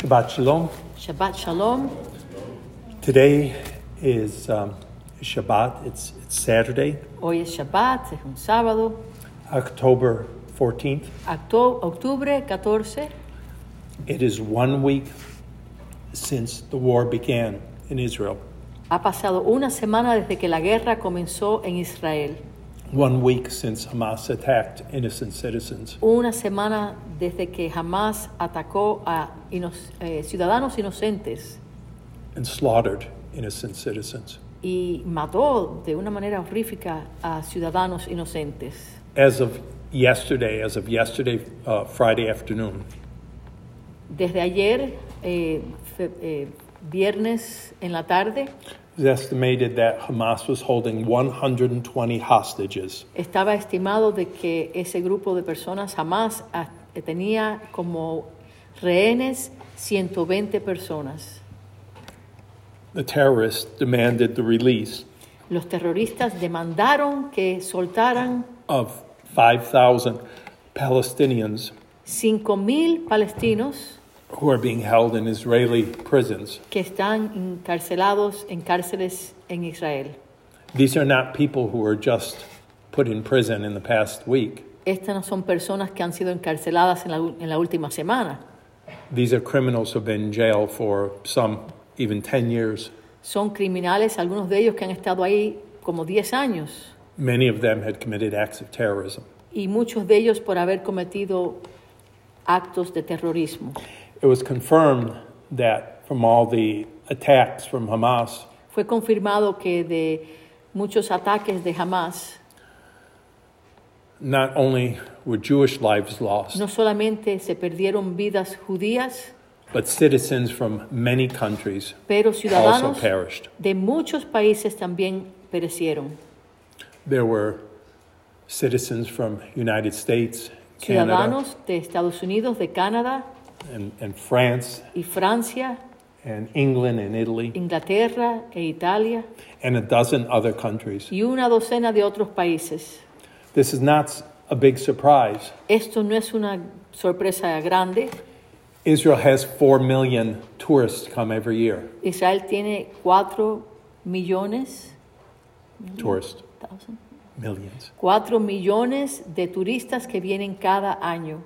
Shabbat Shalom. Shabbat Shalom. Today is um, Shabbat. It's, it's Saturday, Hoy es Shabbat, es un sábado, October 14th. Acto- octubre 14. It is one week since the war began in Israel. Ha pasado una semana desde que la guerra comenzó en Israel. One week since Hamas attacked innocent citizens. Una semana desde que Hamas atacó a ino- eh, ciudadanos inocentes and slaughtered innocent citizens. y mató de una manera horrífica a ciudadanos inocentes. As of yesterday, as of yesterday, uh, Friday afternoon, Desde ayer, eh, fe- eh, viernes en la tarde, it was estimated that Hamas was holding 120 hostages, Estaba estimado de que ese grupo de personas jamás a- tenía como rehenes 120 personas. The terrorists demanded the release Los terroristas demandaron que soltaran of 5,000 Palestinians 5.000 palestinos who are being held in Israeli prisons. que están encarcelados en cárceles en Israel. These are not people who were just put in prison in the past week. Estas no son personas que han sido encarceladas en la, u- en la última semana. These are criminals who have been in jail for some even 10 years. Son criminales, algunos de ellos que han estado ahí como 10 años Many of them had committed acts of terrorism. y muchos de ellos por haber cometido actos de terrorismo. It was confirmed that from all the attacks from Hamas, Fue confirmado que de muchos ataques de Hamas not only were Jewish lives lost, no solamente se perdieron vidas judías, but citizens from many countries pero also ciudadanos perished. de muchos países también perecieron. There were citizens from United States, Canada, Ciudadanos de Estados Unidos, de Canadá and, and France, y Francia, and England and Italy, Inglaterra e Italia and a dozen other countries. y una docena de otros países. This is not s- a big surprise. Esto no es una sorpresa grande. Israel has 4 million tourists come every year. Israel tiene 4 millones, Tourists, millions. 4 millones de turistas que vienen cada año.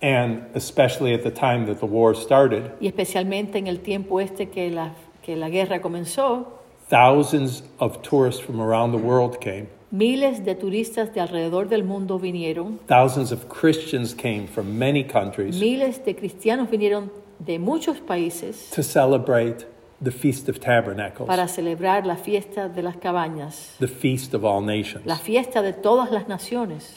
And especially at the time that the war started, y especialmente en el tiempo este que la, que la guerra comenzó, Thousands of tourists from around the world came. miles de turistas de alrededor del mundo vinieron, Thousands of Christians came from many countries miles de cristianos vinieron de muchos países to celebrate the Feast of Tabernacles, para celebrar la fiesta de las cabañas, the Feast of All Nations. la fiesta de todas las naciones.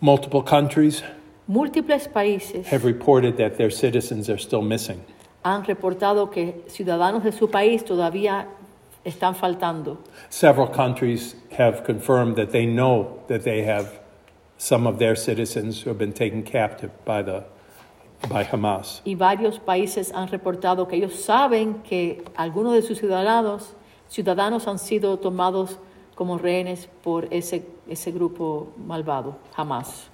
Multiple countries Múltiples países have reported that their citizens are still missing. han reportado que ciudadanos de su país todavía están faltando. Several countries have confirmed that they know that they have some of their citizens who have been taken captive by, the, by Hamas. Y varios países han reportado que ellos saben que algunos de sus ciudadanos, ciudadanos han sido tomados como rehenes por ese, ese grupo malvado, Hamas.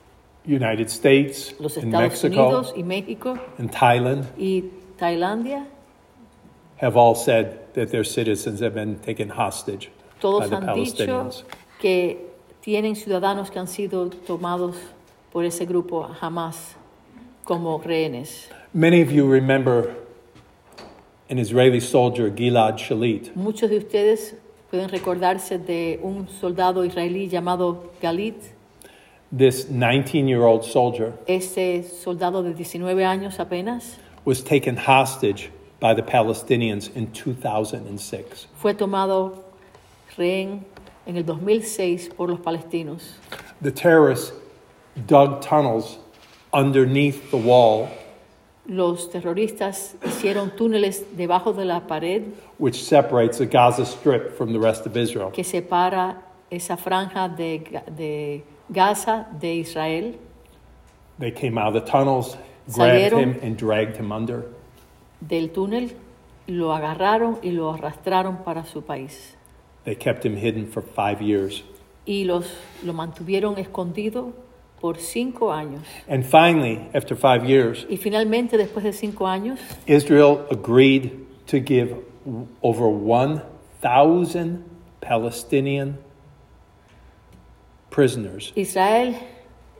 United States, Los and Estados Mexico, Unidos y México and Thailand y Tailandia, have all said that their citizens have been taken hostage by todos the han dicho Palestinians. que tienen ciudadanos que han sido tomados por ese grupo Hamas como rehenes. Many of you remember an Israeli soldier, Gilad Shalit. Muchos de ustedes pueden recordarse de un soldado israelí llamado Galit. This 19 year old soldier Ese soldado de 19 años apenas was taken hostage by the Palestinians in 2006. fue tomado rehén en el 2006 por los palestinos. The terrorists dug tunnels underneath the wall, Los terroristas hicieron túneles debajo de la pared which separates the Gaza Strip from the rest of Israel. que separa esa franja de, Ga- de Gaza de Israel. They came out of the tunnels, grabbed Salieron. him, and dragged him under. Del túnel lo agarraron y lo arrastraron para su país. They kept him hidden for five years. Y los, lo mantuvieron escondido por cinco años. And finally, after five years, Y finalmente, después de cinco años, Israel agreed to give over 1,000 Palestinian prisoners Israel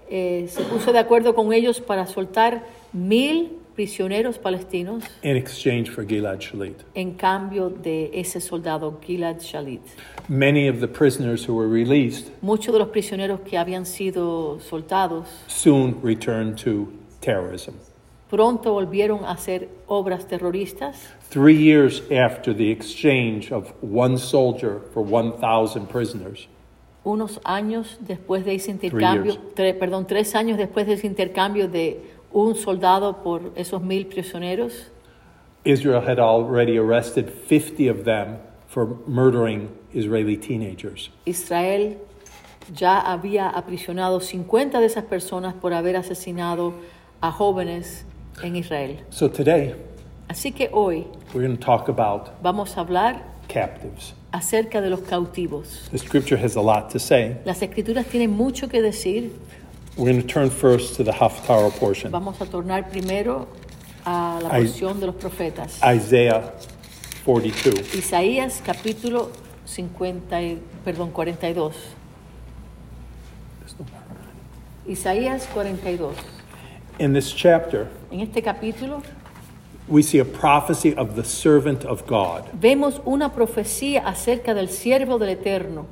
eh, se puso de acuerdo con ellos para soltar mil prisioneros palestinos in exchange for Gilad Shalit. en cambio de ese soldado Gilad Shalit. Many of the prisoners who were released Muchos de los prisioneros que habían sido soldados soon returned to terrorism. pronto volvieron a hacer obras terroristas. Three years after the exchange of one soldier for 1,000 prisoners, Unos años después de ese intercambio, tre- perdón, tres años después de ese intercambio de un soldado por esos mil prisioneros, Israel had already arrested 50 of them for murdering Israeli teenagers. Israel ya había aprisionado 50 de esas personas por haber asesinado a jóvenes en Israel. So today, Así que hoy we're going to talk about vamos a hablar captives. acerca de los cautivos. The scripture has a lot to say. Las escrituras tienen mucho que decir. We're going to turn first to the Haftarah portion, Vamos a tornar primero a la Ay. porción de los profetas. Isaiah 42. Isaías capítulo 50, y- perdón, 42. Isaías 42. In this chapter, En este capítulo we see a prophecy of the servant of God. vemos una profecía acerca del siervo del Eterno.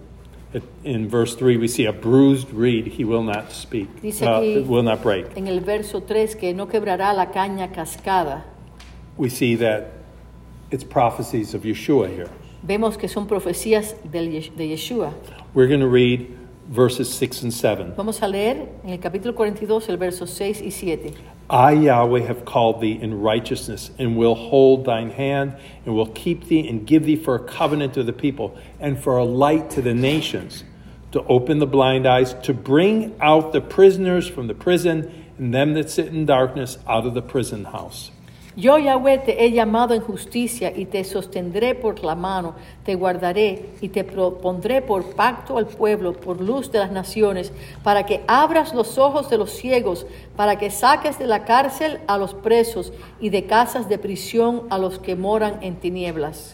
It- In verse 3, we see a bruised reed he will not speak, Dice uh, aquí- will not break. En el verso 3, que no quebrará la caña cascada. We see that it's prophecies of Yeshua here. Vemos que son profecías del Ye- de Yeshua. We're going to read verses 6 and 7. Vamos a leer en el capítulo 42, el verso 6 y 7. I, Yahweh, have called thee in righteousness, and will hold thine hand, and will keep thee, and give thee for a covenant to the people, and for a light to the nations, to open the blind eyes, to bring out the prisoners from the prison, and them that sit in darkness out of the prison house. Yo, Yahweh, te he llamado en justicia y te sostendré por la mano, te guardaré y te propondré por pacto al pueblo, por luz de las naciones, para que abras los ojos de los ciegos, para que saques de la cárcel a los presos y de casas de prisión a los que moran en tinieblas.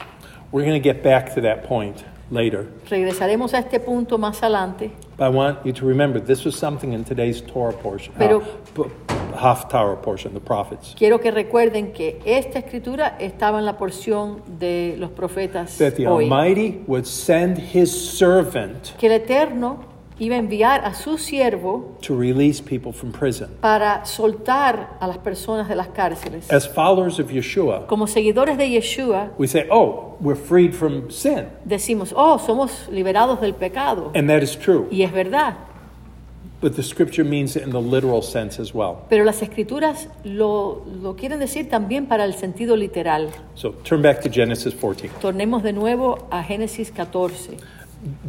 We're going to get back to that point later, Regresaremos a este punto más adelante, but I want you to remember this was something in today's Torah portion, Pero- uh, Haftarah portion, the prophets. Quiero que recuerden que esta escritura estaba en la porción de los profetas That the hoy. Almighty would send his servant Que el Eterno iba a enviar a su siervo to release people from prison. para soltar a las personas de las cárceles. As followers of Yeshua, Como seguidores de Yeshua, we say, oh, we're freed from sin. decimos, oh, somos liberados del pecado. And that is true. Y es verdad, But the scripture means it in the literal sense as well. pero las escrituras lo, lo quieren decir también para el sentido literal. So turn back to Genesis 14. Tornemos de nuevo a Génesis 14.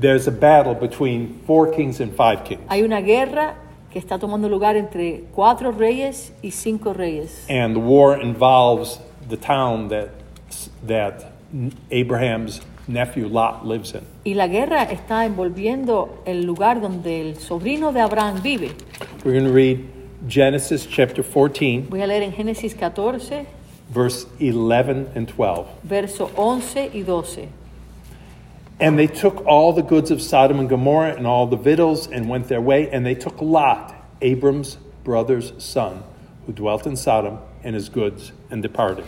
There's a battle between four kings and five kings. Hay una guerra que está tomando lugar entre cuatro reyes y cinco reyes. And the war involves the town that, that Abraham's nephew Lot lives in. Y la guerra está envolviendo el lugar donde el sobrino de Abraham vive. We're going to read Genesis chapter 14, Voy a leer en Génesis 14, verse 11 and 12. verso 11 y 12. And they took all the goods of Sodom and Gomorrah and all the victuals and went their way. And they took Lot, Abram's brother's son, who dwelt in Sodom, and his goods, and departed.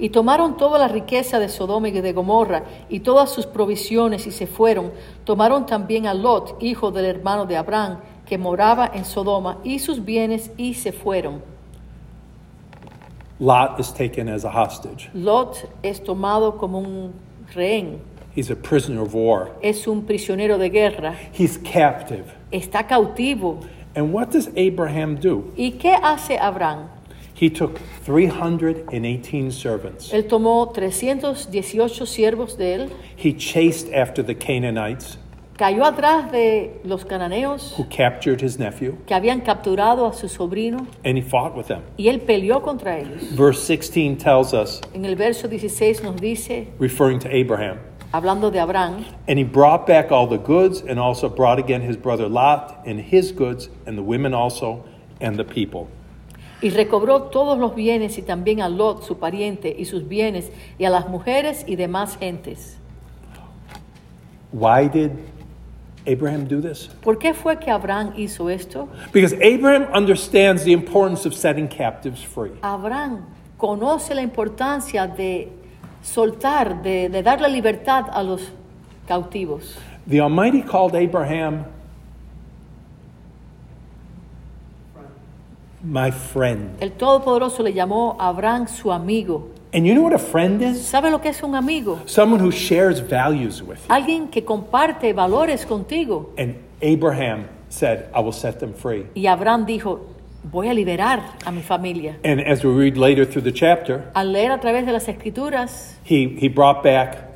Y tomaron toda la riqueza de Sodoma y de Gomorra y todas sus provisiones y se fueron. Tomaron también a Lot, hijo del hermano de Abraham, que moraba en Sodoma, y sus bienes y se fueron. Lot is taken as a hostage. Lot es tomado como un rehén, He's a prisoner of war. es un prisionero de guerra, He's captive. está cautivo. And what does Abraham do? ¿Y qué hace Abraham? He took 318 servants. Él tomó 318 siervos de él, He chased after the Canaanites cayó atrás de los cananeos who captured his nephew, que habían capturado a su sobrino and he fought with them. y él peleó contra ellos. Verse 16 tells us, En el verso 16 nos dice, referring to Abraham, hablando de Abraham, And he brought back all the goods, and also brought again his brother Lot and his goods, and the women also, and the people. y recobró todos los bienes y también a Lot, su pariente, y sus bienes, y a las mujeres y demás gentes. Why did Abraham do this? ¿Por qué fue que Abraham hizo esto? Because Abraham understands the importance of setting captives free. Abraham conoce la importancia de soltar, de, de darle libertad a los cautivos. The Almighty called Abraham my friend. El Todopoderoso le llamó a Abraham su amigo. And you know what a friend is? ¿Sabe lo que es un amigo? Someone who shares values with you. Alguien que comparte valores contigo. And Abraham said, I will set them free. Y Abraham dijo, voy a liberar a mi familia. And as we read later through the chapter, Al leer a través de las escrituras, he, he brought back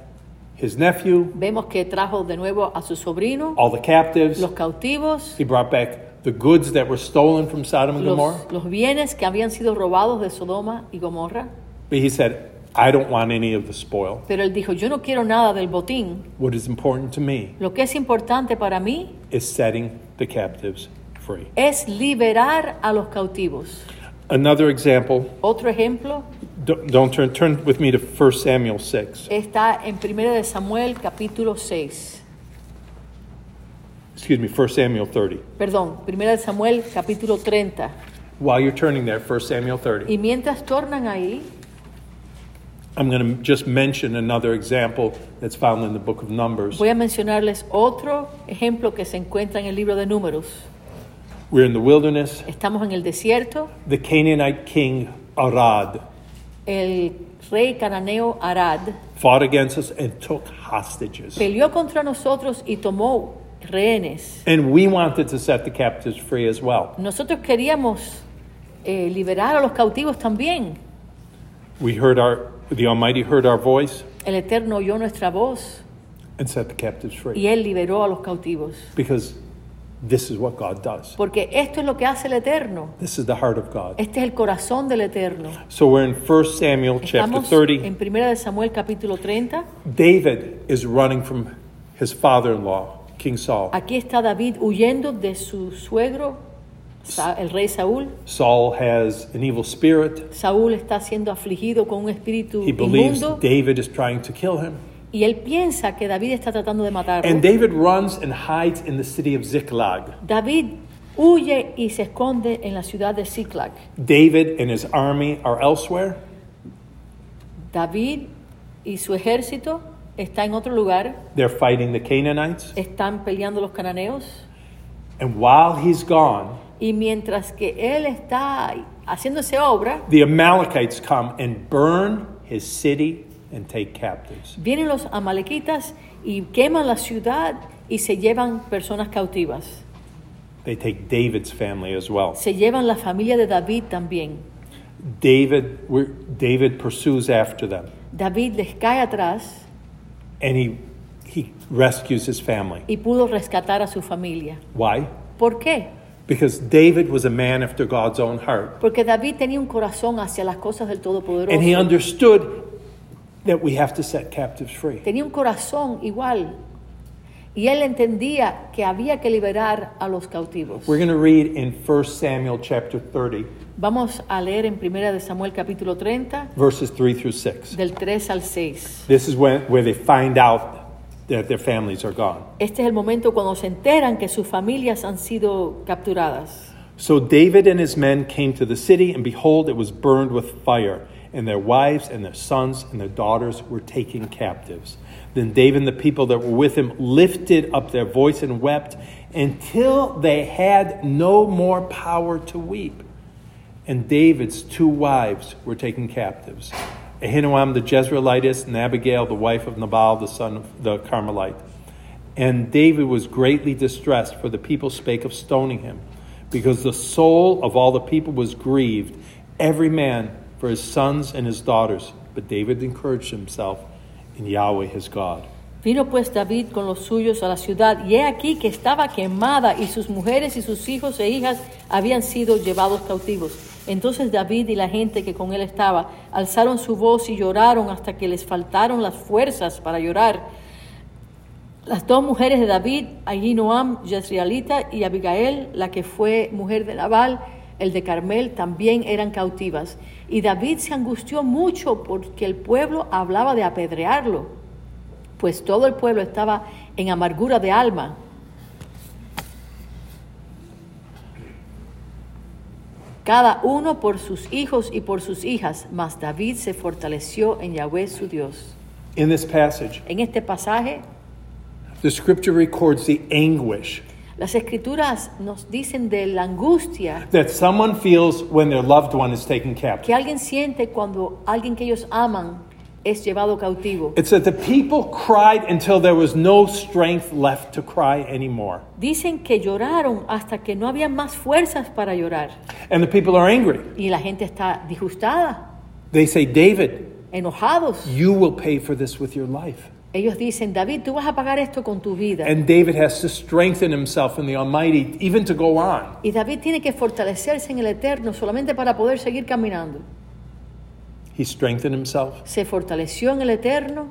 his nephew, vemos que trajo de nuevo a su sobrino, all the captives. los cautivos, He brought back the goods that were stolen from Sodom and Gomorrah. los, los bienes que habían sido robados de Sodoma y Gomorra. But he said, I don't want any of the spoil. Pero él dijo, yo no quiero nada del botín. What is important to me Lo que es importante para mí is setting the captives free. es liberar a los cautivos. Another example, Otro ejemplo don't, don't turn, turn with me to 1 Samuel 6. está en 1 de Samuel capítulo 6. Excuse me, 1 Samuel 30. Perdón, 1 de Samuel capítulo 30. While you're turning there, 1 Samuel 30, Y mientras tornan ahí, I'm going to just mention another example that's found in the book of Numbers. voy a mencionarles otro ejemplo que se encuentra en el libro de Números. We're in the wilderness. Estamos en el desierto, The Canaanite king Arad el rey cananeo Arad fought against us and took hostages. peleó contra nosotros y tomó rehenes. And we wanted to set the captives free as well. Nosotros queríamos eh, liberar a los cautivos también. We heard our, the Almighty heard our voice El Eterno oyó nuestra voz and set the captives free. y Él liberó a los cautivos. Because this is what God does. Porque esto es lo que hace el Eterno. This is the heart of God. Este es el corazón del Eterno. So we're in 1 Samuel chapter Estamos 30. en 1 de Samuel capítulo 30. David is running from his father in law, King Saul. Aquí está David huyendo de su suegro, Sa- el rey Saúl. Saul has an evil spirit. Saúl está siendo afligido con un espíritu He believes inmundo David is trying to kill him. y él piensa que David está tratando de matarlo. And David runs and hides in the city of Ziklag. David huye y se esconde en la ciudad de Ziklag. David and his army are elsewhere. David y su ejército está en otro lugar, They're fighting the Canaanites. están peleando los cananeos And while he's gone, y mientras que él está haciendo esa obra, the Amalekites come and burn his city and take captives. Vienen los amalequitas y queman la ciudad y se llevan personas cautivas. They take David's family as well. Se llevan la familia de David también. David, we're- David pursues after them David les cae atrás and he, he rescues his family. y pudo rescatar a su familia. Why? ¿Por qué? Because David was a man after God's own heart. Porque David tenía un corazón hacia las cosas del And he Todopoderoso. understood that we have to set captives free. Tenía un corazón igual. Y él entendía que había que liberar a los cautivos. We're going to read in 1 Samuel chapter 30, Vamos a leer en 1 de Samuel capítulo 30, verses 3 through 6. del 3 al 6. This is when, where they find out that their families are gone. Este es el momento cuando se enteran que sus familias han sido capturadas. So David and his men came to the city, and behold, it was burned with fire, and their wives and their sons and their daughters were taken captives. Then David and the people that were with him lifted up their voice and wept until they had no more power to weep. And David's two wives were taken captives Ahinoam the Jezreelitess, and Abigail, the wife of Nabal, the son of the Carmelite. And David was greatly distressed, for the people spake of stoning him, because the soul of all the people was grieved, every man for his sons and his daughters. But David encouraged himself in Yahweh his God. Vino pues David con los suyos a la ciudad, y he aquí que estaba quemada, y sus mujeres y sus hijos e hijas habían sido llevados cautivos. Entonces David y la gente que con él estaba alzaron su voz y lloraron hasta que les faltaron las fuerzas para llorar. Las dos mujeres de David, Ahinoam, Jezreelita, y Abigail, la que fue mujer de Nabal, el de Carmel, también eran cautivas. Y David se angustió mucho porque el pueblo hablaba de apedrearlo, pues todo el pueblo estaba en amargura de alma. Cada uno por sus hijos y por sus hijas, mas David se fortaleció en Yahvé su Dios. In this passage, En este pasaje, the scripture records the anguish las escrituras nos dicen de la angustia that someone feels when their loved one is taken captive. que alguien siente cuando alguien que ellos aman es llevado cautivo. It said the people cried until there was no strength left to cry anymore. Dicen que lloraron hasta que no había más fuerzas para llorar. And the people are angry. Y la gente está disgustada, They say, David, enojados. you will pay for this with your life. Ellos dicen, David, tú vas a pagar esto con tu vida. And David has to strengthen himself in the Almighty even to go on. Y David tiene que fortalecerse en el Eterno solamente para poder seguir caminando. He strengthened himself Se fortaleció en el Eterno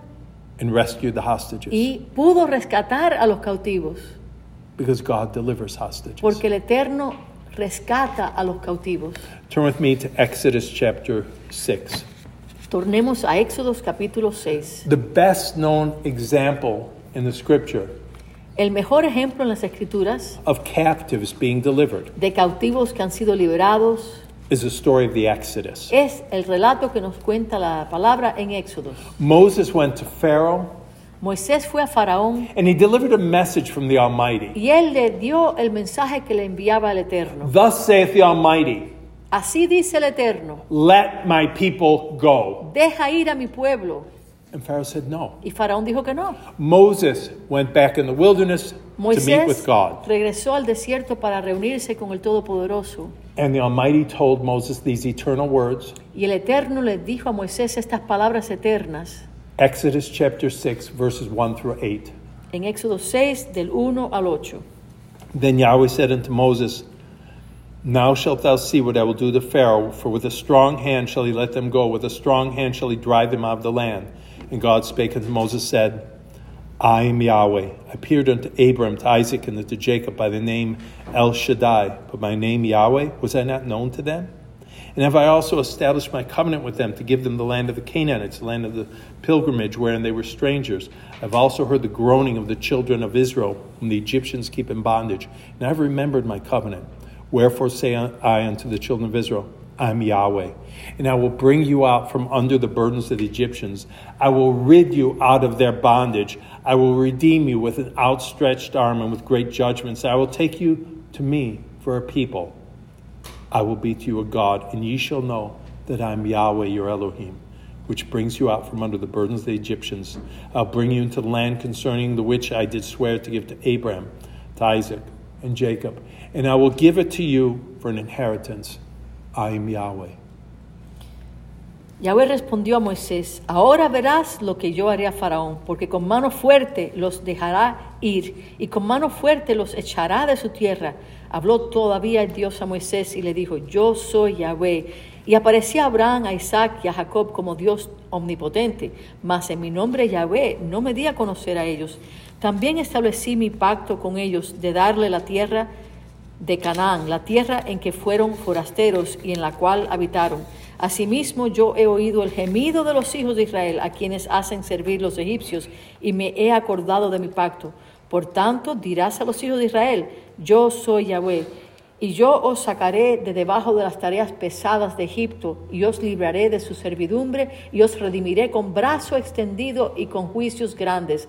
and rescued the hostages y pudo rescatar a los cautivos, because God delivers hostages. porque el Eterno rescata a los cautivos. Turn with me to Exodus chapter 6. Tornemos a Éxodos capítulo 6. The best known example in the scripture El mejor ejemplo en las Escrituras of captives being delivered de cautivos que han sido liberados is the story of the Exodus. es el relato que nos cuenta la palabra en Éxodos. Moses went to Pharaoh Moisés fue a Faraón and he delivered a message from the Almighty. y él le dio el mensaje que le enviaba el Eterno. Thus saith the Almighty, Así dice el Eterno, let my people go. deja ir a mi pueblo. And Pharaoh said, no. Y Faraón dijo que no. Moses went back in the wilderness to meet with Moisés God. regresó al desierto para reunirse con el Todopoderoso. And the Almighty told Moses these eternal words Y el Eterno le dijo a Moisés estas palabras eternas Exodus chapter 6, verses 1 through 8. en Éxodo 6 del 1 al 8. Then Yahweh said unto Moses, Now shalt thou see what I will do to Pharaoh, for with a strong hand shall he let them go, with a strong hand shall he drive them out of the land. And God spake unto Moses, said, I am Yahweh. I appeared unto Abram, to Isaac, and unto Jacob by the name El Shaddai. But my name Yahweh, was I not known to them? And have I also established my covenant with them to give them the land of the Canaanites, the land of the pilgrimage wherein they were strangers? I've also heard the groaning of the children of Israel, whom the Egyptians keep in bondage. And I have remembered my covenant. Wherefore say I unto the children of Israel, I am Yahweh. And I will bring you out from under the burdens of the Egyptians. I will rid you out of their bondage. I will redeem you with an outstretched arm and with great judgments. I will take you to me for a people. I will be to you a God, and ye shall know that I am Yahweh your Elohim, which brings you out from under the burdens of the Egyptians. I'll bring you into the land concerning the which I did swear to give to Abraham, to Isaac, and Jacob, and I will give it to you for an inheritance. I am Yahweh. Yahweh respondió a Moisés, ahora verás lo que yo haré a Faraón, porque con mano fuerte los dejará ir y con mano fuerte los echará de su tierra. Habló todavía el Dios a Moisés y le dijo, yo soy Yahweh. Y aparecía Abraham, a Isaac y a Jacob como Dios omnipotente, mas en mi nombre Yahweh no me di a conocer a ellos. También establecí mi pacto con ellos de darle la tierra de Canaán, la tierra en que fueron forasteros y en la cual habitaron. Asimismo yo he oído el gemido de los hijos de Israel, a quienes hacen servir los egipcios, y me he acordado de mi pacto. Por tanto dirás a los hijos de Israel, yo soy Yahweh, y yo os sacaré de debajo de las tareas pesadas de Egipto, y os libraré de su servidumbre, y os redimiré con brazo extendido y con juicios grandes.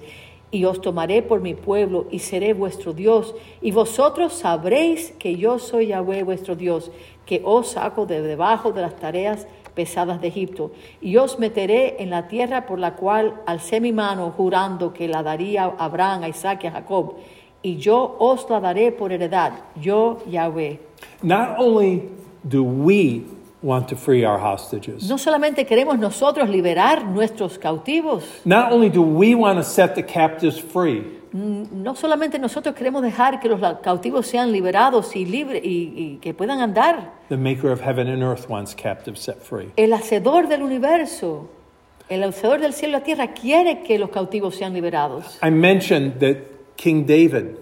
Y os tomaré por mi pueblo y seré vuestro Dios. Y vosotros sabréis que yo soy Yahweh vuestro Dios, que os saco de debajo de las tareas pesadas de Egipto. Y os meteré en la tierra por la cual alcé mi mano, jurando que la daría a Abraham, a Isaac y a Jacob. Y yo os la daré por heredad, yo Yahweh. Not only do we want to free our hostages, No solamente queremos nosotros liberar nuestros cautivos, not only do we want to set the captives free, mm, No solamente nosotros queremos dejar que los la- cautivos sean liberados y, libre, y, y que puedan andar. the maker of heaven and earth wants captives set free. El hacedor del universo El Hacedor del cielo y la tierra quiere que los cautivos sean liberados. I mentioned that King David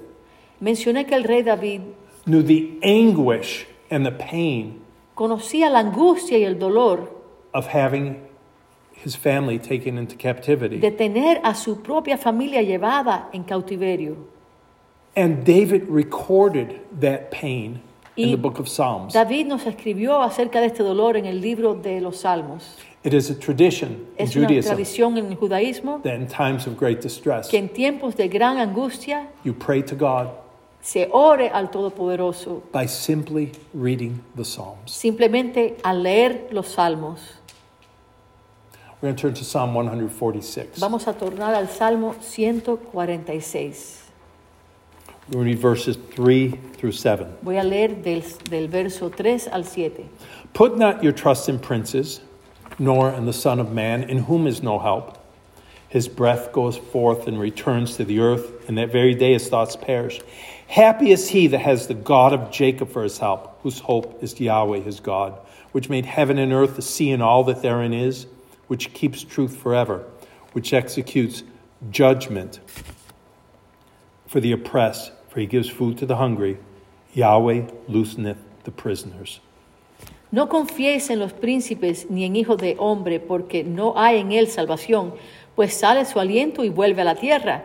Mencioné que el rey David knew the anguish and the pain conocía la angustia y el dolor of having his family taken into captivity. de tener a su propia familia llevada en cautiverio. And David recorded that pain in Y- the book of Psalms. David nos escribió acerca de este dolor en el libro de los Salmos. It is a tradition in Es una Judaism tradición en el judaísmo that in times of great distress, que en tiempos de gran angustia you pray to God se ore al Todopoderoso by simply reading the Psalms. simplemente al leer los Salmos. We're going to turn to Psalm 146. We're Vamos a tornar al Salmo 146. going to read verses 3 through 7. Voy a leer del, del verso 3 al 7. Put not your trust in princes, nor in the Son of Man, in whom is no help. His breath goes forth and returns to the earth, and that very day his thoughts perish. Happy is he that has the God of Jacob for his help, whose hope is Yahweh his God, which made heaven and earth, the sea, and all that therein is, which keeps truth forever, which executes judgment for the oppressed, for he gives food to the hungry. Yahweh looseneth the prisoners. No confiéis en los príncipes ni en hijos de hombre, porque no hay en él salvación, pues sale su aliento y vuelve a la tierra.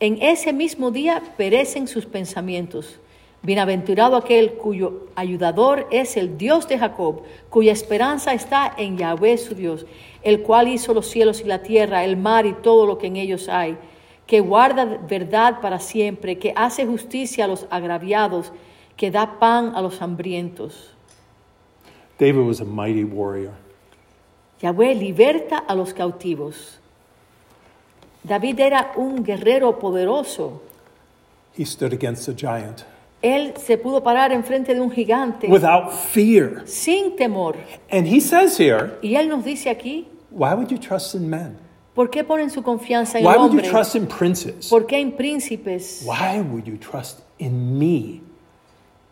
En ese mismo día perecen sus pensamientos. Bienaventurado aquel cuyo ayudador es el Dios de Jacob, cuya esperanza está en Yahvé su Dios, el cual hizo los cielos y la tierra, el mar y todo lo que en ellos hay, que guarda verdad para siempre, que hace justicia a los agraviados, que da pan a los hambrientos. David was a mighty warrior. Yahweh liberta a los cautivos. David era un guerrero poderoso. He stood against a giant Él se pudo parar enfrente de un gigante without fear. sin temor. And he says here, Y él nos dice aquí, why would you trust in men? ¿por qué ponen su confianza en Why el would you hombre? trust in princes? ¿Por qué en príncipes? Why would you trust in me?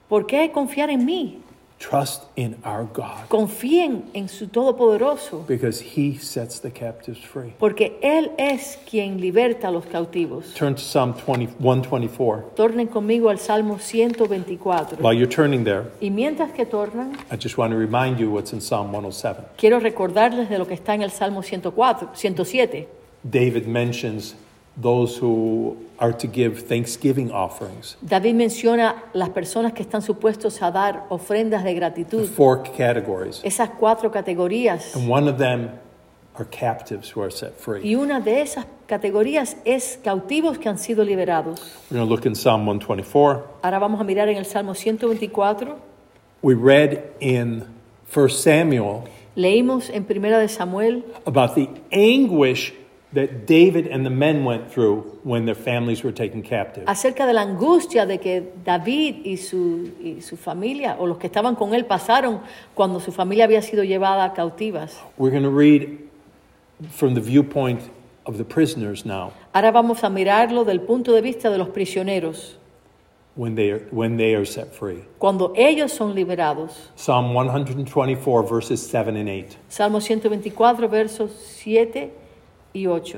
¿Por qué confiar en mí? Trust in our God Confíen en su Todopoderoso, because he sets the captives free. porque Él es quien liberta a los cautivos. Turn to Psalm 20, 124. Tornen conmigo al Salmo 124. While you're turning there, Y mientras que tornan, I just want to remind you what's in Psalm 107. Quiero recordarles de lo que está en el Salmo 104, 107. David mentions those who are to give thanksgiving offerings, David menciona las personas que están supuestos a dar ofrendas de gratitud. four categories. Esas cuatro categorías. And one of them are captives who are set free. Y una de esas categorías es cautivos que han sido liberados. We're going to look in Psalm 124. Ahora vamos a mirar en el Salmo 124. We read in 1 Samuel Leímos en Primera de Samuel about the anguish that David and the men went through when their families were taken captive. acerca de la angustia de que David y su, y su familia o los que estaban con él pasaron cuando su familia había sido llevada cautivas. We're going to read from the viewpoint of the prisoners now Ahora vamos a mirarlo del punto de vista de los prisioneros, when they are, when they are set free. cuando ellos son liberados. Psalm 124, verses 7 and 8. Salmo 124, versos 7 y 8.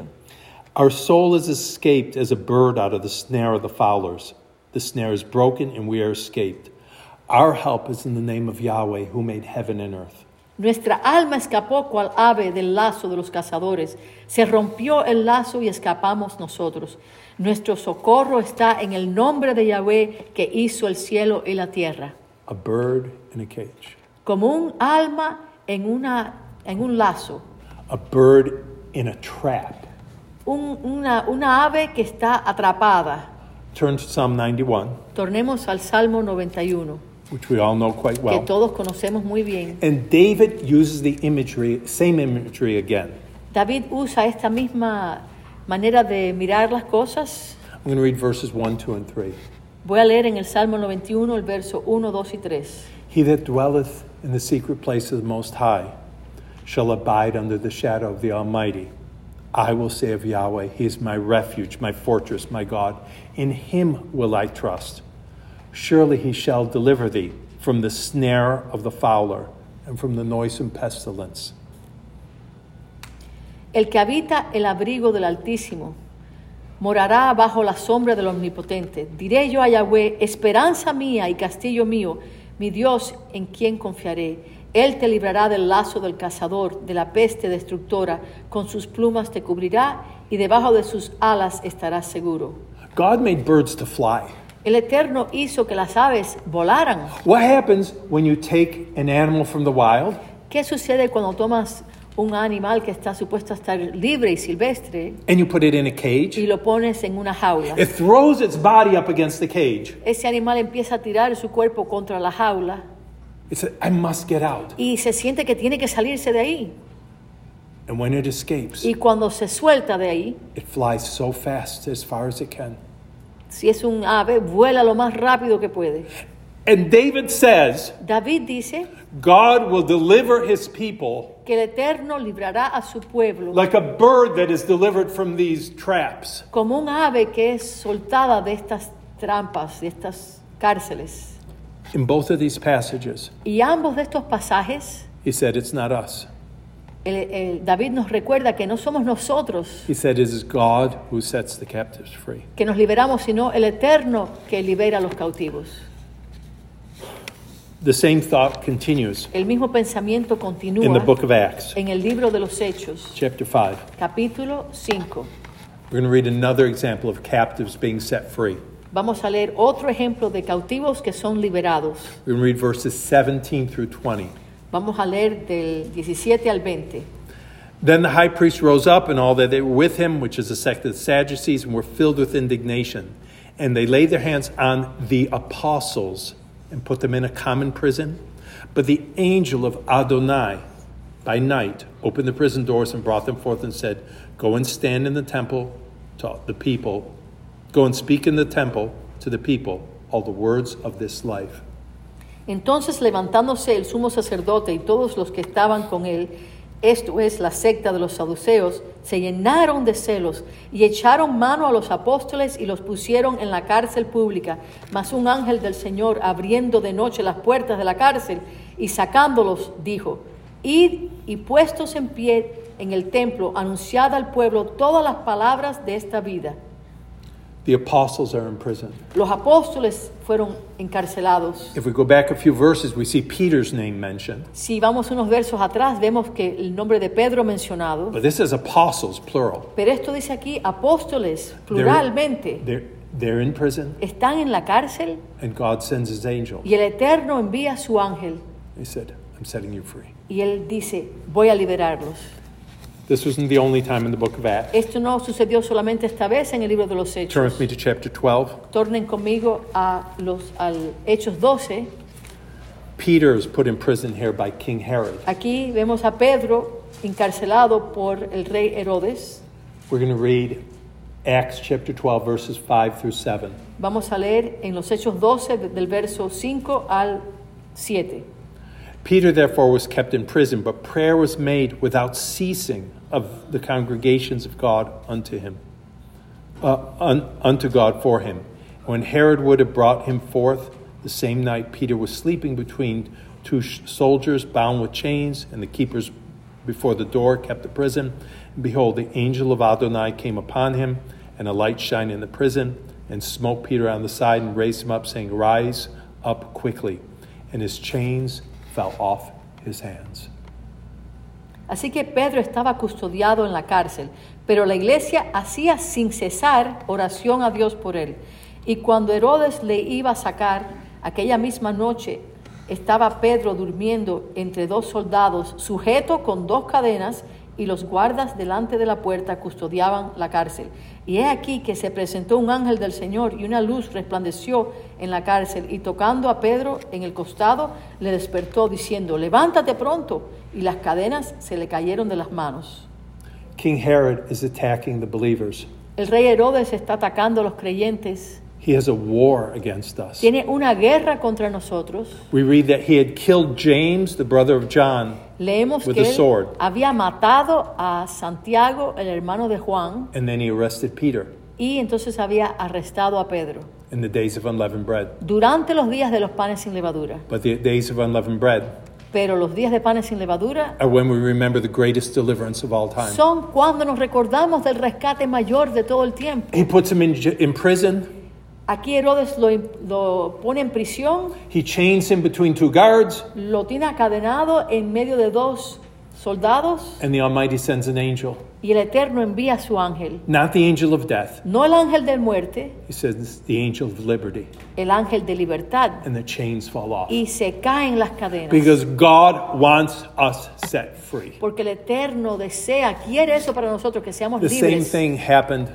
Our soul is escaped as a bird out of the snare of the fowlers. The snare is broken and we are escaped. Our help is in the name of Yahweh who made heaven and earth. Nuestra alma escapó cual ave del lazo de los cazadores. Se rompió el lazo y escapamos nosotros. Nuestro socorro está en el nombre de Yahvé que hizo el cielo y la tierra. A bird in a cage, Como un alma en, una, en un lazo. a bird in a trap. Un- una, una ave que está atrapada. Turn to Psalm 91, Tornemos al Salmo 91, which we all know quite que well. todos conocemos muy bien. And David uses the imagery, same imagery again. David usa esta misma manera de mirar las cosas. I'm going to read verses 1, 2, and 3. Voy a leer en el Salmo 91 el verso 1, 2 y 3. He that dwelleth in the secret place of the Most High shall abide under the shadow of the Almighty. I will say of Yahweh, He is my refuge, my fortress, my God. In Him will I trust. Surely He shall deliver thee from the snare of the fowler and from the noisome pestilence. El que habita el abrigo del Altísimo morará bajo la sombra del Omnipotente. Diré yo a Yahweh, esperanza mía y castillo mío, mi Dios en quien confiaré. Él te librará del lazo del cazador, de la peste destructora, con sus plumas te cubrirá y debajo de sus alas estarás seguro. God made birds to fly. El Eterno hizo que las aves volaran. What happens when you take an animal from the wild ¿Qué sucede cuando tomas un animal que está supuesto a estar libre y silvestre and you put it in a cage? y lo pones en una jaula? It throws its body up against the cage. Ese animal empieza a tirar su cuerpo contra la jaula It says, I must get out. y se siente que tiene que salirse de ahí. And when it escapes, Y cuando se suelta de ahí, it flies so fast as far as it can. si es un ave, vuela lo más rápido que puede. And David says, David dice God will deliver his people que el Eterno librará a su pueblo like a bird that is delivered from these traps. como un ave que es soltada de estas trampas, de estas cárceles. In both of these passages, Y ambos de estos pasajes, he said, It's not us. el- el David nos recuerda que no somos nosotros He said, It is God who sets the captives free. que nos liberamos, sino el Eterno que libera a los cautivos. The same thought continues El mismo pensamiento in the continúa book of Acts, en el libro de los Hechos, chapter 5. capítulo 5. We're going to read another example of captives being set free. Vamos a leer otro ejemplo de cautivos que son liberados. We're going to read verses 17 through 20. Vamos a leer del 17 al 20. Then the high priest rose up, and all that they were with him, which is the sect of the Sadducees, and were filled with indignation. And they laid their hands on the apostles and put them in a common prison. But the angel of Adonai by night opened the prison doors and brought them forth and said, Go and stand in the temple to the people, go and speak in the temple to the people all the words of this life. Entonces levantándose el sumo sacerdote y todos los que estaban con él, esto es la secta de los saduceos, se llenaron de celos y echaron mano a los apóstoles y los pusieron en la cárcel pública. Mas un ángel del Señor, abriendo de noche las puertas de la cárcel y sacándolos, dijo, Id y puestos en pie en el templo, anunciad al pueblo todas las palabras de esta vida. The apostles are in prison. Los apóstoles fueron encarcelados. If we go back a few verses, we see Peter's name mentioned. Si vamos unos versos atrás, vemos que el nombre de Pedro mencionado, But this is apostles, plural. pero esto dice aquí apóstoles, They're- pluralmente, They're, they're in prison, están en la cárcel and God sends his angel. y el Eterno envía a su ángel He said, I'm setting you free. y él dice, voy a liberarlos. This wasn't the only time in the book of Acts. Esto no sucedió solamente esta vez en el libro de los Turn Hechos. with me to chapter 12. Tornen conmigo a los al Hechos 12. Peter is put in prison here by King Herod. Aquí vemos a Pedro encarcelado por el rey Herodes. We're going to read Acts chapter 12, verses 5 through 7. Vamos a leer en los Hechos 12 de- del verso 5 al 7. Peter therefore was kept in prison, but prayer was made without ceasing of the congregations of God unto him, uh, un- unto God for him. When Herod would have brought him forth, the same night Peter was sleeping between two sh- soldiers bound with chains, and the keepers before the door kept the prison. And behold, the angel of Adonai came upon him, and a light shined in the prison, and smote Peter on the side, and raised him up, saying, Rise up quickly and his chains fell off his hands. Así que Pedro estaba custodiado en la cárcel, pero la iglesia hacía sin cesar oración a Dios por él. Y cuando Herodes le iba a sacar, aquella misma noche estaba Pedro durmiendo entre dos soldados, sujeto con dos cadenas, y los guardas delante de la puerta custodiaban la cárcel. Y he aquí que se presentó un ángel del Señor y una luz resplandeció en la cárcel y tocando a Pedro en el costado le despertó diciendo, levántate pronto. Y las cadenas se le cayeron de las manos. King Herod is attacking the believers. El rey Herodes está atacando a los creyentes. He has a war against us. Tiene una guerra contra nosotros. We read that he had killed James, the brother of John, Leemos With que the él sword. había matado a Santiago, el hermano de Juan, and then he arrested Peter y entonces había arrestado a Pedro in the days of unleavened bread. durante los días de los panes sin levadura. But the days of unleavened bread Pero los días de panes sin levadura are when we remember the greatest deliverance of all time. son cuando nos recordamos del rescate mayor de todo el tiempo. He puts him in, j- in prison. Aquí Herodes lo, lo pone en prisión, He chains him between two guards, lo tiene acadenado en medio de dos soldados and the Almighty sends an angel. y el Eterno envía a su ángel. Not the angel of death. No el ángel de muerte, He says the angel of liberty, el ángel de libertad. and the chains fall off. Y se caen las cadenas. Because God wants us set free. porque el Eterno desea, quiere eso para nosotros, que seamos The same libres. thing happened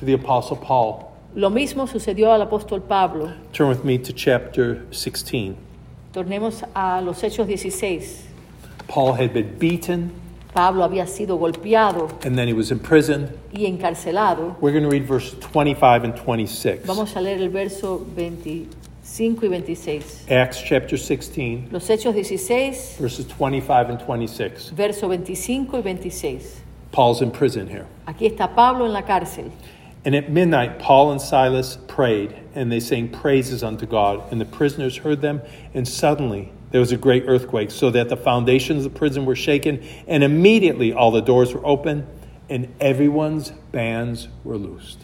to the Apostle Paul. Lo mismo sucedió al apóstol Pablo. Turn with me to chapter 16. Tornemos a los Hechos 16. Paul had been beaten Pablo había sido golpeado and then he was imprisoned. y encarcelado. We're going to read verse 25 and 26. Vamos a leer el verso 25 y 26. Acts chapter 16, Los Hechos 16, verses 25 and 26. verso 25 y 26. Paul's in prison here. Aquí está Pablo en la cárcel. And at midnight, Paul and Silas prayed, and they sang praises unto God. And the prisoners heard them, and suddenly there was a great earthquake, so that the foundations of the prison were shaken, and immediately all the doors were open, and everyone's bands were loosed.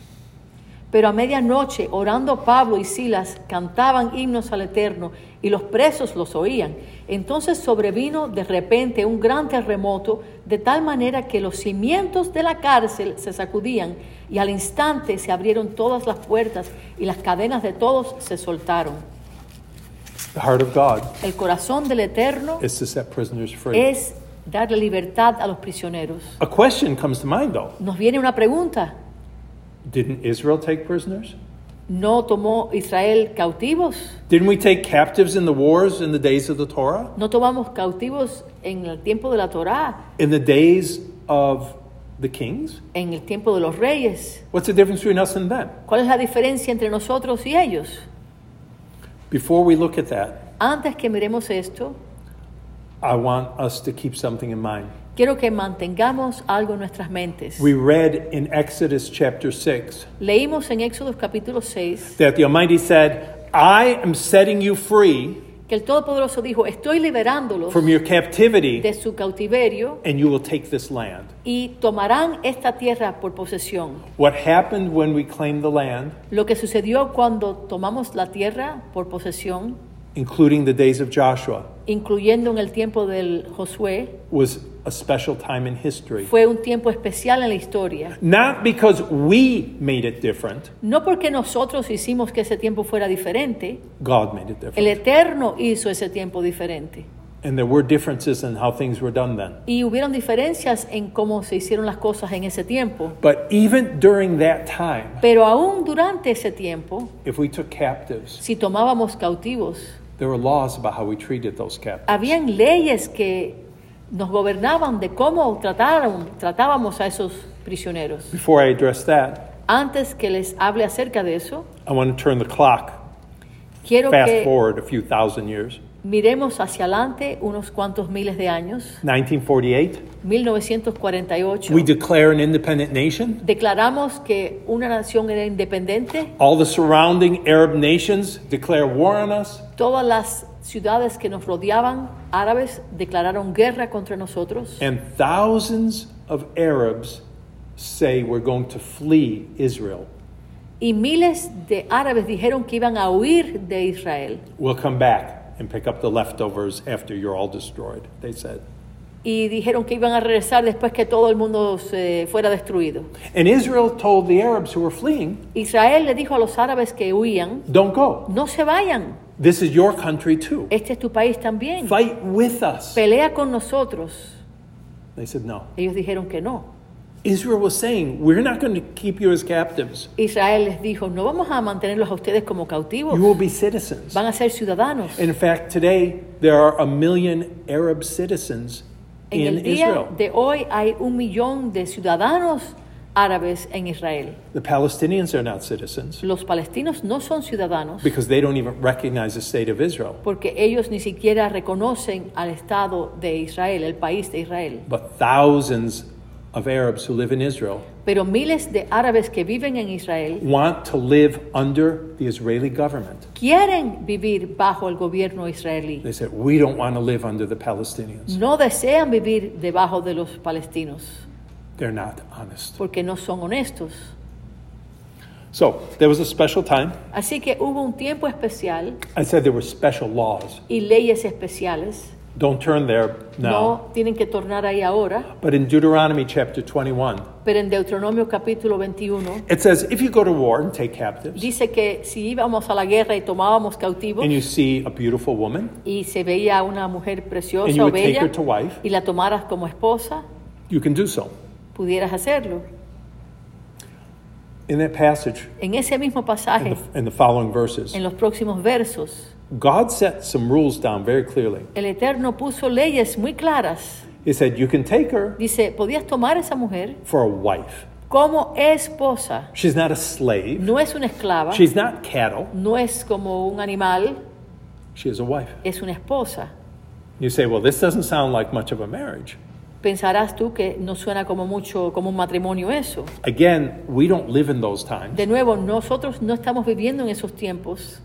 Pero a medianoche, orando Pablo y Silas, cantaban himnos al Eterno y los presos los oían. Entonces sobrevino de repente un gran terremoto, de tal manera que los cimientos de la cárcel se sacudían y al instante se abrieron todas las puertas y las cadenas de todos se soltaron. The heart of God El corazón del Eterno is to set prisoners free. es darle libertad a los prisioneros. a question comes to mind, though. Nos viene una pregunta. Didn't Israel take prisoners? ¿No tomó Israel cautivos? Didn't we take captives in the wars in the days of the Torah? No tomamos cautivos en el tiempo de la Torá, In the days of the kings? en el tiempo de los reyes. What's the difference between us and them? ¿Cuál es la diferencia entre nosotros y ellos? Before we look at that, Antes que miremos esto, I want us to keep something in mind. quiero que mantengamos algo en nuestras mentes. We read in Exodus chapter 6 Leímos en Éxodo capítulo 6 that the Almighty said, I am setting you free que el Todopoderoso dijo, estoy liberándolos from your captivity, de su cautiverio and you will take this land. y tomarán esta tierra por posesión. What happened when we claimed the land, Lo que sucedió cuando tomamos la tierra por posesión, including the days of Joshua, incluyendo en el tiempo del Josué, was a special time in history. fue un tiempo especial en la historia. Not because we made it different, No porque nosotros hicimos que ese tiempo fuera diferente, God made it el different. Eterno hizo ese tiempo diferente. And there were differences in how things were done then. Y hubieron diferencias en cómo se hicieron las cosas en ese tiempo. But even during that time, Pero aún durante ese tiempo, if we took captives, si tomábamos cautivos, There were laws about how we treated those captives. habían leyes que nos gobernaban de cómo trataron, tratábamos a esos prisioneros. Before I address that, Antes que les hable acerca de eso, I want to turn the clock quiero fast que forward a few thousand years. miremos hacia adelante unos cuantos miles de años, 1948, 1948. we declare an independent nation. Declaramos que una nación era independiente. All the surrounding Arab nations declare war on us. Todas las ciudades que nos rodeaban árabes declararon guerra contra nosotros. And thousands of Arabs say we're going to flee Israel. Y miles de árabes dijeron que iban a huir de Israel. We'll come back and pick up the leftovers after you're all destroyed, they said. Y dijeron que iban a regresar después que todo el mundo se fuera destruido. And Israel told the Arabs who were fleeing, Israel le dijo a los árabes que huían, don't go. no se vayan, This is your country too. este es tu país también. Fight with us. Pelea con nosotros. They said, No. Ellos dijeron que no. Israel was saying, We're not going to keep you as captives. Israel les dijo, no vamos a mantenerlos a ustedes como You cautivos, will be citizens. van a ser ciudadanos. In fact, today there are a million Arab citizens En in el día Israel. de hoy hay un millón de ciudadanos árabes en Israel. The Palestinians are not citizens Los palestinos no son ciudadanos because they don't even recognize the state of Israel. porque ellos ni siquiera reconocen al Estado de Israel, el país de Israel. But thousands of Arabs who live in Israel Pero miles de árabes que viven en Israel want to live under the Israeli government. quieren vivir bajo el gobierno israelí. They said, We don't want to live under the Palestinians. No desean vivir debajo de los palestinos They're not honest. porque no son honestos. So there was a special time. Así que hubo un tiempo especial I said there were special laws. y leyes especiales. Don't turn there now. No tienen que tornar ahí ahora, But in Deuteronomy chapter 21, pero en Deuteronomio capítulo 21 it says, If you go to war and take captives, dice que si íbamos a la guerra y tomábamos cautivos and you see a beautiful woman, y se veía una mujer And you preciosa o would take bella her to wife. y la tomaras como esposa, you can do so. pudieras hacerlo. In that passage, En ese mismo in pasaje, the, in the following verses, en los próximos versos, God set some rules down very clearly. el Eterno puso leyes muy claras. He said, You can take her Dice, podías tomar a esa mujer for a wife. como esposa. She's not a slave, No es una esclava, she's not cattle, no es como un animal, she is a wife. es una esposa. You say, Well, this doesn't sound like much of a marriage. Pensarás tú que no suena como mucho, como un matrimonio eso. Again, we don't live in those times. De nuevo, nosotros no estamos viviendo en esos tiempos.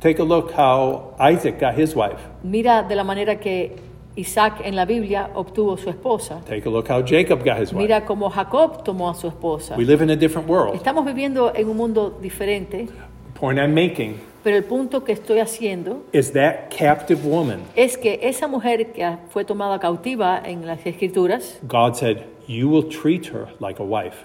Take a look how Isaac got his wife. Mira de la manera que Isaac en la Biblia obtuvo su esposa. Take a look how Jacob got his wife. Mira cómo Jacob tomó a su esposa. We live in a different world. Estamos viviendo en un mundo diferente, The point I'm making pero el punto que estoy haciendo is that captive woman, es que esa mujer que fue tomada cautiva en las escrituras, God said, You will treat her like a wife.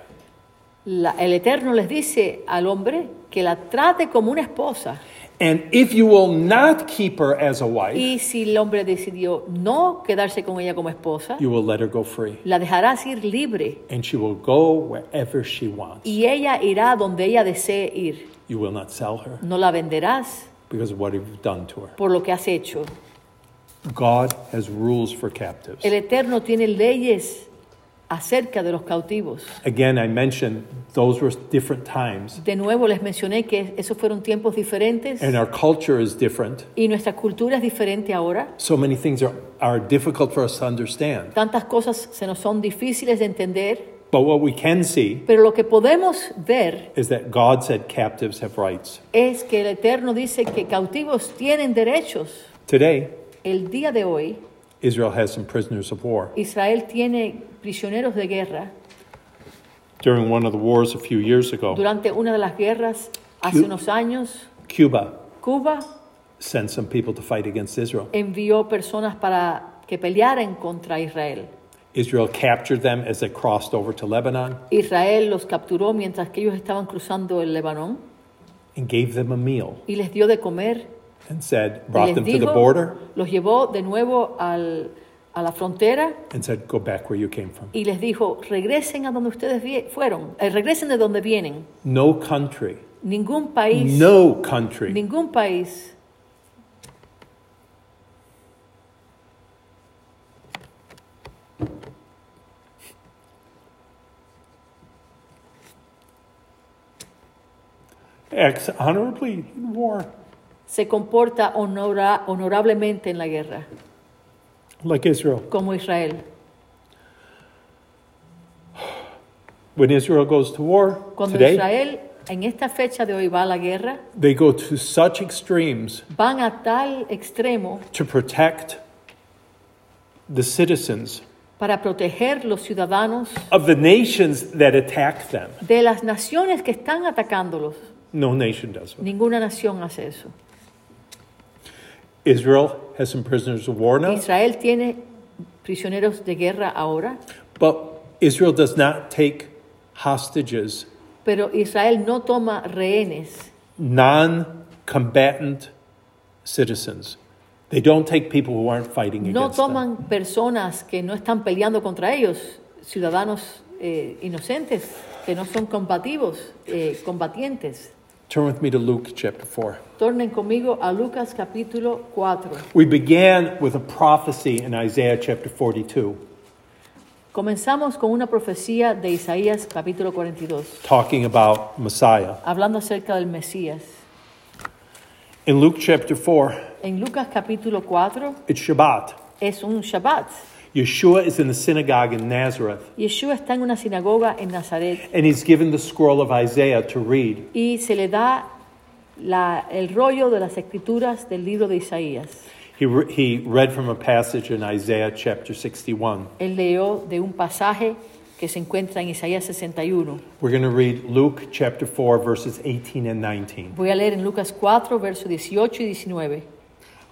la- el Eterno les dice al hombre que la trate como una esposa. And if you will not keep her as a wife, Y si el hombre decidió no quedarse con ella como esposa, you will let her go free. la dejarás ir libre And she will go wherever she wants. y ella irá donde ella desee ir. You will not sell her No la venderás because of what you've done to her. por lo que has hecho. God has rules for captives. El Eterno tiene leyes acerca de los cautivos. Again, I mentioned those were different times, De nuevo les mencioné que esos fueron tiempos diferentes and our culture is different. y nuestra cultura es diferente ahora. So many things are, are difficult for us to understand. Tantas cosas se nos son difíciles de entender, But what we can see pero lo que podemos ver is that God said captives have rights. es que el Eterno dice que cautivos tienen derechos. Today, El día de hoy Israel has some prisoners of war. Israel tiene prisioneros de guerra. During one of the wars a few years ago, Durante una de las guerras hace Cu- unos años, Cuba Cuba sent some people to fight against Israel. envió personas para que pelearan contra Israel. Israel captured them as they crossed over to Lebanon Israel los capturó mientras que ellos estaban cruzando el Lebanón and gave them a meal y les dio de comer. and said, Y brought les them to the dijo- border los llevó de nuevo al- a la frontera and said, go back where you came from. y les dijo, regresen a donde ustedes vie- fueron, eh, regresen de donde vienen. No country, Ningún país, no country ningún país acts honorably in war se comporta honora- honorablemente en la guerra, like Israel. como Israel. When Israel goes to war Cuando today, Israel en esta fecha de hoy va a la guerra, they go to such extremes van a tal extremo to protect the citizens para proteger los ciudadanos of the nations that attack them. de las naciones que están atacándolos. No nation does. Ninguna nación hace eso. Israel has some prisoners of war now. Israel tiene prisioneros de guerra ahora, But Israel does not take hostages, pero Israel no toma rehenes, non combatant citizens. They don't take people who aren't fighting no against them. toman personas que no están peleando contra ellos, ciudadanos eh, inocentes que no son combativos, eh, combatientes. Turn with me to Luke chapter 4. Tornen conmigo a Lucas capítulo 4. We began with a prophecy in Isaiah chapter 42, Comenzamos con una profecía de Isaías capítulo 42, talking about Messiah. hablando acerca del Mesías. In Luke chapter 4, En Lucas capítulo 4 it's Shabbat. es un Shabbat. Yeshua is in the synagogue in Nazareth, Yeshua está en una sinagoga en Nazaret and he's given the scroll of Isaiah to read. y se le da la- el rollo de las escrituras del libro de Isaías. He, re- he read from a passage in Isaiah chapter 61. Él leyó de un pasaje que se encuentra en Isaías 61. We're going to read Luke chapter 4, verses 18 and 19. Voy a leer en Lucas 4, versos 18 y 19.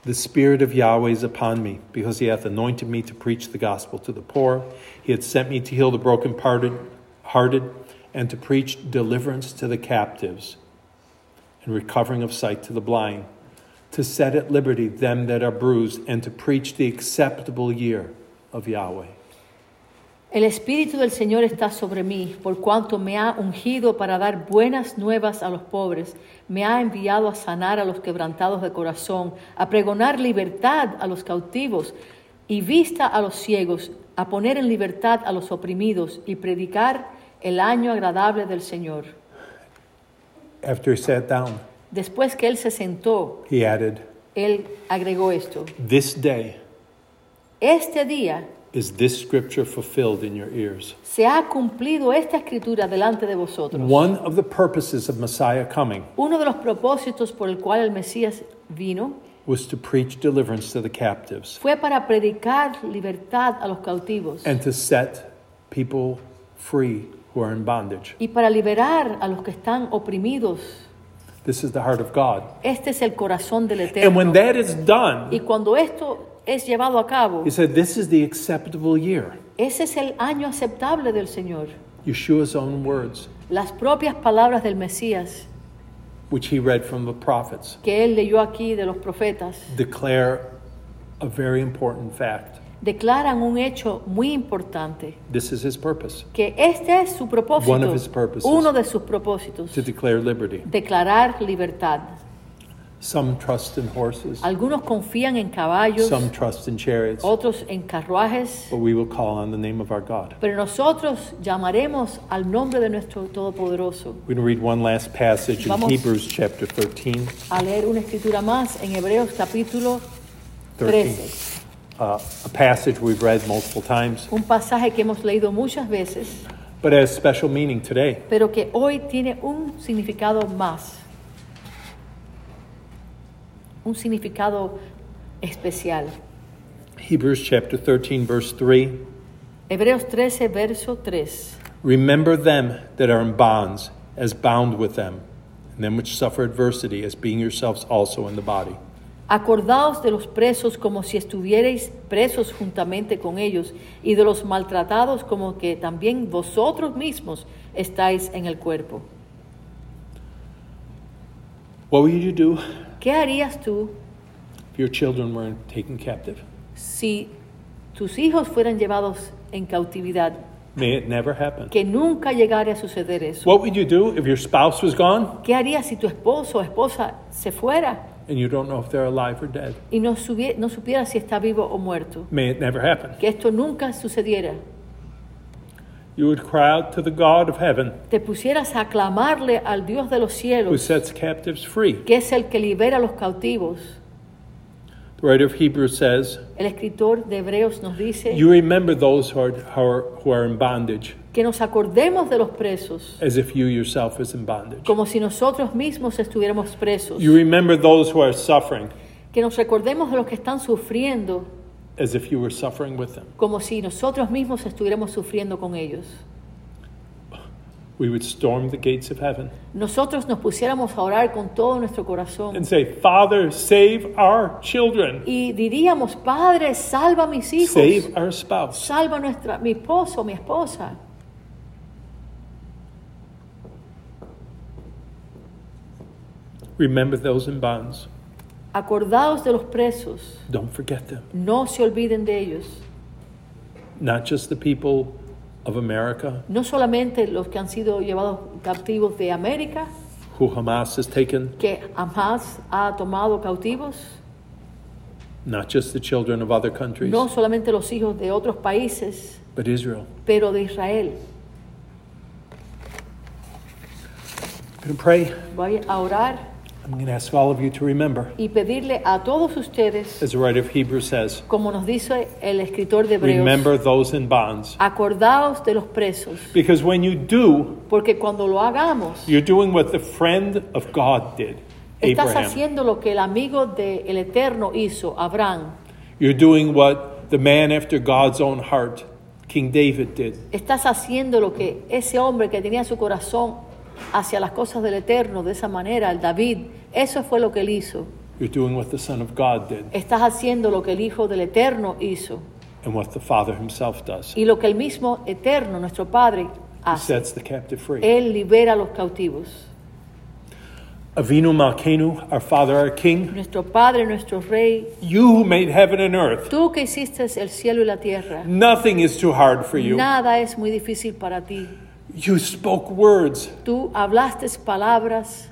The Spirit of Yahweh is upon me, because he hath anointed me to preach the gospel to the poor. He hath sent me to heal the brokenhearted hearted, and to preach deliverance to the captives, and recovering of sight to the blind, to set at liberty them that are bruised, and to preach the acceptable year of Yahweh. El Espíritu del Señor está sobre mí, por cuanto me ha ungido para dar buenas nuevas a los pobres, me ha enviado a sanar a los quebrantados de corazón, a pregonar libertad a los cautivos y vista a los ciegos, a poner en libertad a los oprimidos y predicar el año agradable del Señor. After he sat down, Después que él se sentó, he added, él agregó esto. This day Este día is this scripture fulfilled in your ears. se ha cumplido esta escritura delante de vosotros. One of the purposes of Messiah coming Uno de los propósitos por el cual el Mesías vino was to preach deliverance to the captives fue para predicar libertad a los cautivos and to set people free who are in bondage. y para liberar a los que están oprimidos. This is the heart of God. Este es el corazón del And when Eterno. that is done, Y cuando esto es llevado a cabo, he said, This is the acceptable year. ese es el año aceptable del Señor. Yeshua's own words, Las propias palabras del Mesías which he read from the prophets, que él leyó aquí de los profetas declare a very important fact. declaran un hecho muy importante, This is his purpose que este es su propósito, One of his purposes. uno de sus propósitos, to declare liberty. declarar libertad. Some trust in horses, Algunos confían en caballos, some trust in chariots, otros en carruajes, but we will call on the name of our God. pero nosotros llamaremos al nombre de nuestro Todopoderoso. We're going to read one last passage in Vamos. Hebrews chapter 13. A leer una escritura más en Hebreos capítulo 13. 13, Uh, a passage we've read multiple times, un pasaje que hemos leído muchas veces, but has special meaning today. pero que hoy tiene un significado más, un significado especial. Hebrews chapter 13, verse 3 Hebreos 13, verso 3. Remember them that are in bonds, as bound with them, and them which suffer adversity, as being yourselves also in the body. Acordaos de los presos como si estuvierais presos juntamente con ellos, y de los maltratados como que también vosotros mismos estáis en el cuerpo. What would you do ¿Qué harías tú if your children were taken captive? si tus hijos fueran llevados en cautividad? May it never happen. Que nunca llegara a suceder eso. What would you do if your spouse was gone ¿Qué harías si tu esposo o esposa se fuera and you don't know if they're alive or dead? y no, subie- no supiera si está vivo o muerto? May it never happen. Que esto nunca sucediera. You would cry out to the God of heaven Te pusieras a clamarle al Dios de los who cielos, sets captives free. que es el que libera a los cautivos. The writer of Hebrews says, El escritor de Hebreos nos dice You remember those who are, who, are, who are in bondage que nos acordemos de los presos as if you yourself is in bondage. como si nosotros mismos estuviéramos presos. You remember those who are suffering Que nos recordemos de los que están sufriendo as if you were suffering with them. como si nosotros mismos estuviéramos sufriendo con ellos. We would storm the gates of heaven Nosotros nos pusiéramos a orar con todo nuestro corazón and say, Father, save our children, y diríamos, Padre, salva a mis hijos, save our spouse. salva a nuestra, mi esposo, mi esposa. Remember those in bonds. Acordaos de los presos, Don't forget them. no se olviden de ellos. Not just the people of America No solamente los que han sido llevados captivos de América, who Hamas has taken, que Hamas ha tomado cautivos, not just the children of other countries, no solamente los hijos de otros países, but Israel. pero de Israel. I'm going to pray. Voy a orar I'm going to ask all of you to remember, y pedirle a todos ustedes, as the writer of Hebrews says, como nos dice el escritor de Hebreos, remember those in bonds. acordaos de los presos, Because when you do, porque cuando lo hagamos, you're doing what the friend of God did, estás Abraham. haciendo lo que el amigo del Eterno hizo, Abraham. You're doing what the man after God's own heart, King David, did. Estás haciendo lo que ese hombre que tenía su corazón hacia las cosas del Eterno, de esa manera, el David, eso fue lo que él hizo. You're doing what the Son of God did Estás haciendo lo que el Hijo del Eterno hizo and what the Father Himself does. He y lo que el mismo Eterno, nuestro Padre, hace. sets the captive free. Él libera a los cautivos. Avinu Malkeinu, our Father, our King, Nuestro Padre, nuestro Rey, you who made heaven and earth, tú que hiciste el cielo y la tierra, nothing is too hard for you. nada es muy difícil para ti. You spoke words Tú hablaste palabras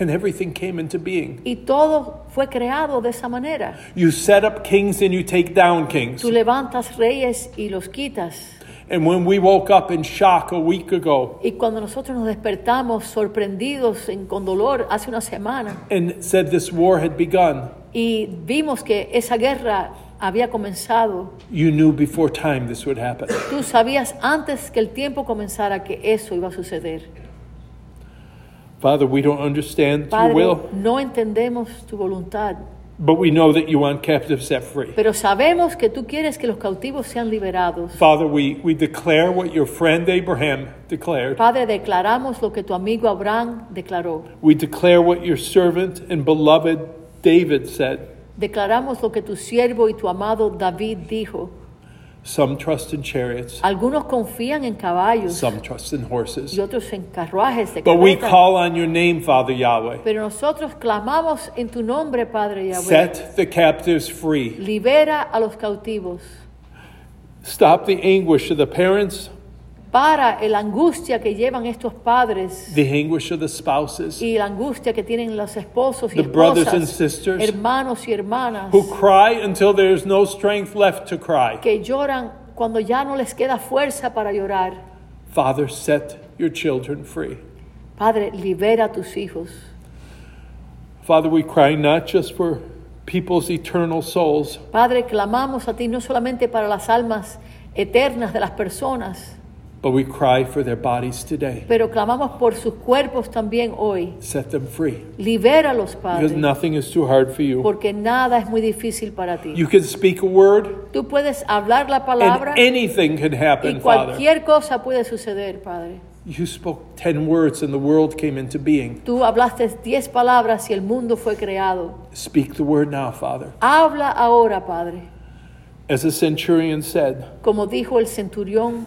and everything came into being. y todo fue creado de esa manera. You set up kings and you take down kings. Tú levantas reyes y los quitas. And when we woke up in shock a week ago Y cuando nosotros nos despertamos sorprendidos en- con dolor hace una semana and said this war had begun, y vimos que esa guerra había comenzado, you knew before time this would happen. tú sabías antes que el tiempo comenzara que eso iba a suceder. Father, we don't understand your Padre, will, no entendemos tu voluntad, but we know that you want captives set free. pero sabemos que tú quieres que los cautivos sean liberados. Father, we, we declare what your friend Abraham declared. Padre, declaramos lo que tu amigo Abraham declaró. We declare what your servant and beloved David said. Declaramos lo que tu siervo y tu amado David dijo. Some trust in chariots, Algunos confían en caballos. some trust in horses. y otros en carruajes de But we carreta. call on your name, Father Yahweh. Pero nosotros clamamos en tu nombre, Padre Yahweh. Set the captives free. Libera a los cautivos. Stop the anguish of the parents, Para la angustia que llevan estos padres the anguish of the spouses y la angustia que tienen los esposos y The brothers esposas, and sisters hermanos y hermanas, who cry until there's no strength left to cry. que lloran cuando ya no les queda fuerza para llorar. Father, set your children free. Padre, libera a tus hijos. Father, we cry not just for people's eternal souls, Padre, clamamos a ti no solamente para las almas eternas de las personas, but we cry for their bodies today. pero clamamos por sus cuerpos también hoy. Set them free. Libéralos, Because Padre, nothing is too hard for you. porque nada es muy difícil para ti. You can speak a word, Tú puedes hablar la palabra and anything can y happen, Father. cualquier cosa puede suceder, Padre. You spoke 10 words, and the world came into being. Tú hablaste diez palabras y el mundo fue creado. Speak the word now, Father. Habla ahora, Padre. As the centurion said, Como dijo el centurión,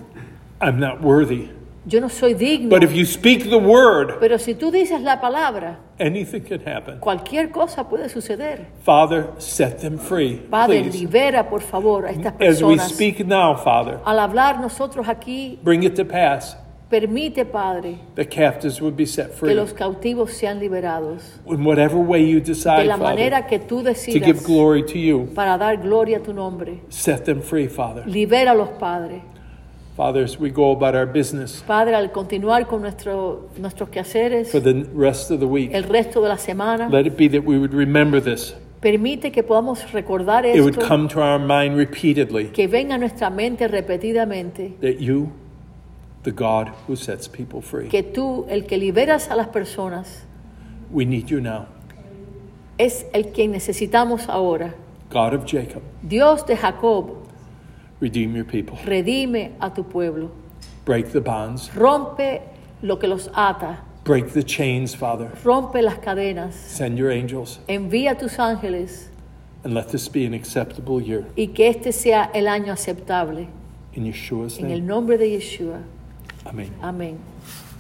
I'm not worthy. yo no soy digno, But if you speak the word, pero si tú dices la palabra, anything can happen. cualquier cosa puede suceder. Father, set them free. Padre, Please. libera, por favor, a estas As we personas. speak now, Father, Al hablar nosotros aquí, bring it to pass permite, Padre, that captives would be set que free. los cautivos sean liberados. In whatever way you de decide, la Father, manera que tú to give decidas glory to you, para dar gloria a tu nombre. set them free, Father. Libera a los padres. Father, as we go about our business Padre, al continuar con nuestro, nuestros quehaceres for the rest of the week, el resto de la semana, let it be that we would remember this. permite que podamos recordar It would esto, come to our mind repeatedly que venga a nuestra mente repetidamente, that you, the God who sets people free, que tú, el que liberas a las personas, we need you now. es el que necesitamos ahora. God of Jacob, Dios de Jacob, redeem your people. redime a tu pueblo. Break the bonds, Rompe lo que los ata, break the chains, Father. rompe las cadenas, Send your angels envía a tus ángeles and let this be an acceptable year. y que este sea el año aceptable. In Yeshua's En el name, nombre de Yeshua. Amen. Amén.